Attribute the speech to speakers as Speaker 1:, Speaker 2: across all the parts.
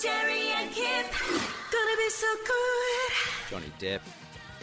Speaker 1: Jerry and Kip. Gonna be so good.
Speaker 2: Johnny Depp,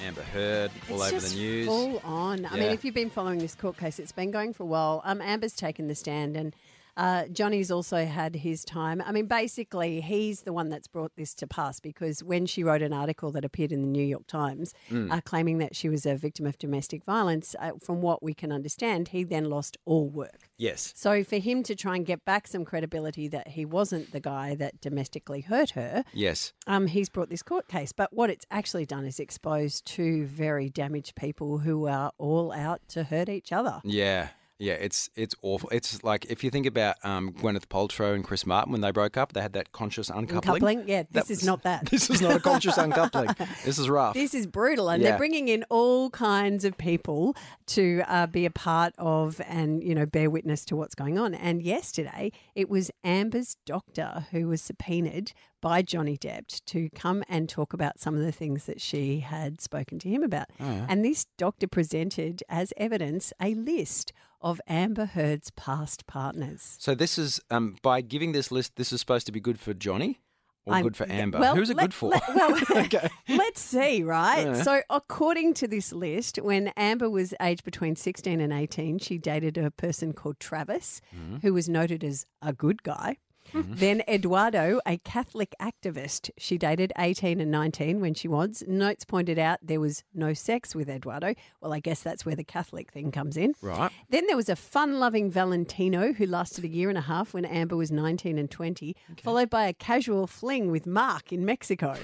Speaker 2: Amber Heard, all
Speaker 3: it's
Speaker 2: over
Speaker 3: just
Speaker 2: the news.
Speaker 3: Full on. I mean,
Speaker 2: Yeah.
Speaker 3: if you've been following this court case, it's been going for a while. Um, Amber's taken the stand, and uh, Johnny's also had his time. I mean, basically, he's the one that's brought this to pass because when she wrote an article that appeared in the New York Times
Speaker 2: Hmm.
Speaker 3: uh, claiming that she was a victim of domestic violence, uh, from what we can understand, he then lost all work.
Speaker 2: Yes.
Speaker 3: So for him to try and get back some credibility that he wasn't the guy that domestically hurt her,
Speaker 2: Yes.
Speaker 3: um, he's brought this court case. But what it's actually done is exposed two very damaged people who are all out to hurt each other.
Speaker 2: Yeah. Yeah, it's it's awful. It's like if you think about um, Gwyneth Paltrow and Chris Martin when they broke up, they had that conscious uncoupling.
Speaker 3: Coupling, yeah, this is
Speaker 2: was-
Speaker 3: not that.
Speaker 2: This is not a conscious uncoupling. This is rough.
Speaker 3: This is brutal, and
Speaker 2: Yeah.
Speaker 3: they're bringing in all kinds of people to uh, be a part of and you know bear witness to what's going on. And yesterday, it was Amber's doctor who was subpoenaed by Johnny Depp to come and talk about some of the things that she had spoken to him about. And this doctor presented as evidence a list of Amber Heard's past partners.
Speaker 2: so this is um, by giving this list, this is supposed to be good for Johnny or
Speaker 3: I'm-
Speaker 2: good for Amber.
Speaker 3: well,
Speaker 2: Who's it
Speaker 3: let-
Speaker 2: good for?
Speaker 3: let- well,
Speaker 2: Okay.
Speaker 3: let's see, right?
Speaker 2: Yeah.
Speaker 3: So, according to this list, when Amber was aged between 16 and 18, she dated a person called Travis,
Speaker 2: Mm-hmm.
Speaker 3: who was noted as a good guy. Then Eduardo, a Catholic activist, she dated 18 and 19 when she was. Notes pointed out there was no sex with Eduardo. Well, I guess that's where the Catholic thing comes in.
Speaker 2: right.
Speaker 3: Then there was a fun loving Valentino who lasted a year and a half when Amber was 19 and 20, followed by a casual fling with Mark in Mexico.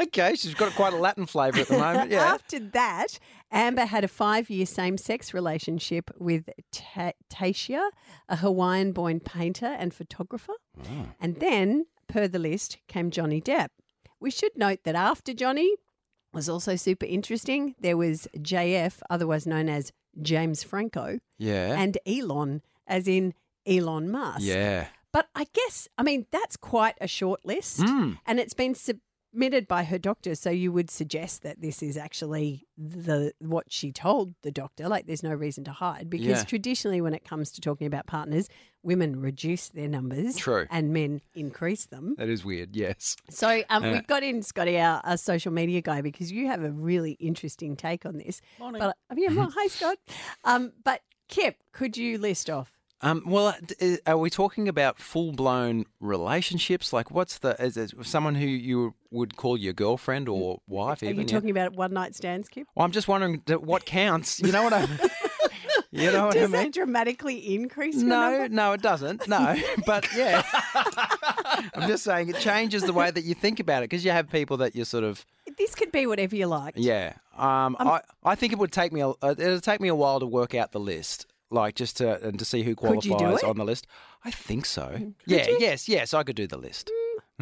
Speaker 2: Okay, she's got quite a Latin flavour at the moment. Yeah.
Speaker 3: After that, Amber had a five year same sex relationship with Ta- Tasia, a Hawaiian born painter and photographer. And then, per the list, came Johnny Depp. We should note that after Johnny was also super interesting, there was JF, otherwise known as James Franco
Speaker 2: Yeah.
Speaker 3: and Elon, as in Elon Musk.
Speaker 2: yeah.
Speaker 3: But I guess, I mean, that's quite a short list.
Speaker 2: Hmm.
Speaker 3: And it's been submitted by her doctor. So you would suggest that this is actually the what she told the doctor. Like there's no reason to hide. Because
Speaker 2: Yeah.
Speaker 3: traditionally, when it comes to talking about partners, women reduce their numbers
Speaker 2: True.
Speaker 3: and men increase them.
Speaker 2: That is weird. Yes.
Speaker 3: So um,
Speaker 2: Yeah.
Speaker 3: we've got in Scotty, our, our social media guy, because you have a really interesting take on this. Morning. But I mean, well, hi Scott. Um, but Kip, could you list off?
Speaker 2: Um, well, d- are we talking about full blown relationships? Like, what's the is it someone who you would call your girlfriend or wife?
Speaker 3: Mm. Are
Speaker 2: even,
Speaker 3: you
Speaker 2: yeah?
Speaker 3: talking about one night stands, Kip?
Speaker 2: Well, I'm just wondering that what counts. You know what I? you know what
Speaker 3: Does
Speaker 2: I mean?
Speaker 3: that dramatically increase? your
Speaker 2: No,
Speaker 3: number?
Speaker 2: no, it doesn't. No, but yeah, I'm just saying it changes the way that you think about it because you have people that you're sort of
Speaker 3: this could be whatever you like.
Speaker 2: yeah. Um, I I think it would take me a uh, it'll take me a while to work out the list, like just to and to see who
Speaker 3: Could you do
Speaker 2: qualifies
Speaker 3: it? Mm,
Speaker 2: on the list. I think so. yeah, yes, yes, I could do the list.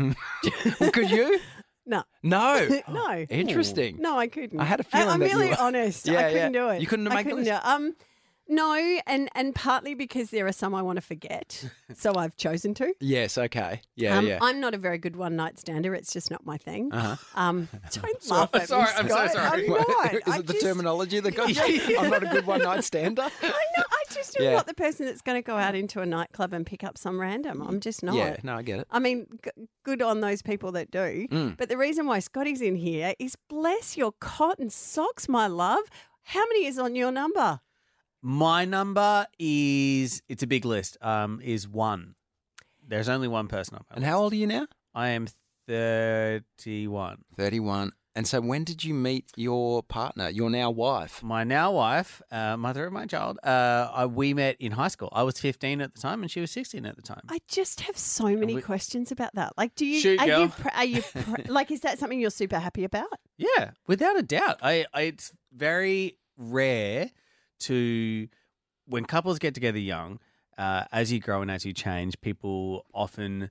Speaker 2: could you?
Speaker 3: No,
Speaker 2: No.
Speaker 3: Mm. no,
Speaker 2: Interesting.
Speaker 3: no, I couldn't.
Speaker 2: I had a feeling
Speaker 3: I'm
Speaker 2: that you
Speaker 3: really
Speaker 2: were-
Speaker 3: honest.
Speaker 2: Yeah,
Speaker 3: I couldn't
Speaker 2: yeah.
Speaker 3: do it.
Speaker 2: You couldn't
Speaker 3: I
Speaker 2: make the
Speaker 3: couldn't
Speaker 2: list?
Speaker 3: do- Um, no, and and partly because there are some I want to forget, so I've chosen to.
Speaker 2: Yes. Okay. Yeah.
Speaker 3: um,
Speaker 2: yeah.
Speaker 3: I'm not a very good one night stander. It's just not my thing.
Speaker 2: Uh-huh.
Speaker 3: Um, don't laugh at
Speaker 4: sorry,
Speaker 3: me.
Speaker 4: I'm so
Speaker 3: Scott.
Speaker 4: sorry.
Speaker 3: I'm not.
Speaker 2: Is
Speaker 3: I
Speaker 2: it the
Speaker 3: just-
Speaker 2: terminology that got you? I'm not a good one night stander.
Speaker 3: I know. I just am
Speaker 2: Yeah.
Speaker 3: not the person that's going to go out into a nightclub and pick up some random. I'm just not.
Speaker 2: Yeah. No, I get it.
Speaker 3: I mean, g- good on those people that do.
Speaker 4: Mm.
Speaker 3: But the reason why Scotty's in here is bless your cotton socks, my love. How many is on your number?
Speaker 4: My number is it's a big list. Um, is one. There's only one person on my
Speaker 2: And
Speaker 4: list.
Speaker 2: how old are you now?
Speaker 4: I am thirty-one.
Speaker 2: 31. And so when did you meet your partner, your now wife?
Speaker 4: My now wife, uh, mother of my child. Uh, I, we met in high school. I was fifteen at the time, and she was sixteen at the time.
Speaker 3: I just have so many
Speaker 4: we-
Speaker 3: questions about that. Like, do you
Speaker 4: Shoot,
Speaker 3: are
Speaker 4: girl.
Speaker 3: you pr- are you pr- like is that something you're super happy about?
Speaker 4: Yeah, without a doubt. I, I it's very rare to when couples get together young. Uh, as you grow and as you change, people often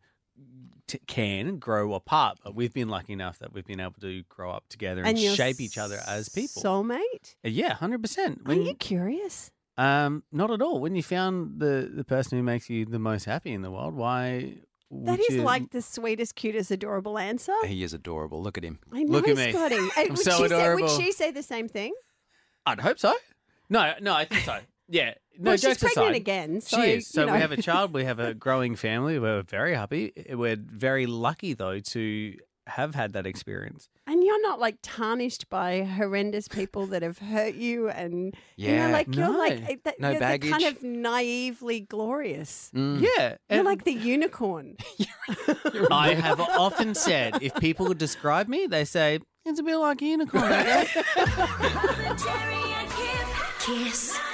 Speaker 4: t- can grow apart. But we've been lucky enough that we've been able to grow up together and,
Speaker 3: you're
Speaker 4: shape each other as people.
Speaker 3: Soulmate?
Speaker 4: Uh, yeah, hundred percent.
Speaker 3: Are you curious?
Speaker 4: Um, not at all. When you found the the person who makes you the most happy in the world, why?
Speaker 3: That
Speaker 4: would
Speaker 3: is
Speaker 4: you-
Speaker 3: like the sweetest, cutest, adorable answer.
Speaker 2: He is adorable. Look at him.
Speaker 3: I know,
Speaker 4: Look at me.
Speaker 3: Scotty. And
Speaker 4: I'm
Speaker 3: would
Speaker 4: so
Speaker 3: she Say,
Speaker 4: adorable.
Speaker 3: would she say the same thing?
Speaker 4: I'd hope so. No, no, I think so. Yeah, no,
Speaker 3: well, she's
Speaker 4: jokes
Speaker 3: pregnant
Speaker 4: aside,
Speaker 3: again. So,
Speaker 4: She is. So
Speaker 3: you know,
Speaker 4: we have a child, we have a growing family. We're very happy. We're very lucky though to have had that experience.
Speaker 3: and you're not like tarnished by horrendous people that have hurt you, and you know,
Speaker 2: Yeah.
Speaker 3: like you're
Speaker 4: No.
Speaker 3: like eh, that,
Speaker 2: No
Speaker 3: you're the kind
Speaker 2: baggage.
Speaker 3: of naively glorious.
Speaker 2: Mm.
Speaker 4: Yeah,
Speaker 3: You're
Speaker 4: and
Speaker 3: like the unicorn.
Speaker 4: I have often said, if people would describe me, they say it's a bit like a unicorn. I guess."
Speaker 1: Commentary and hip kiss.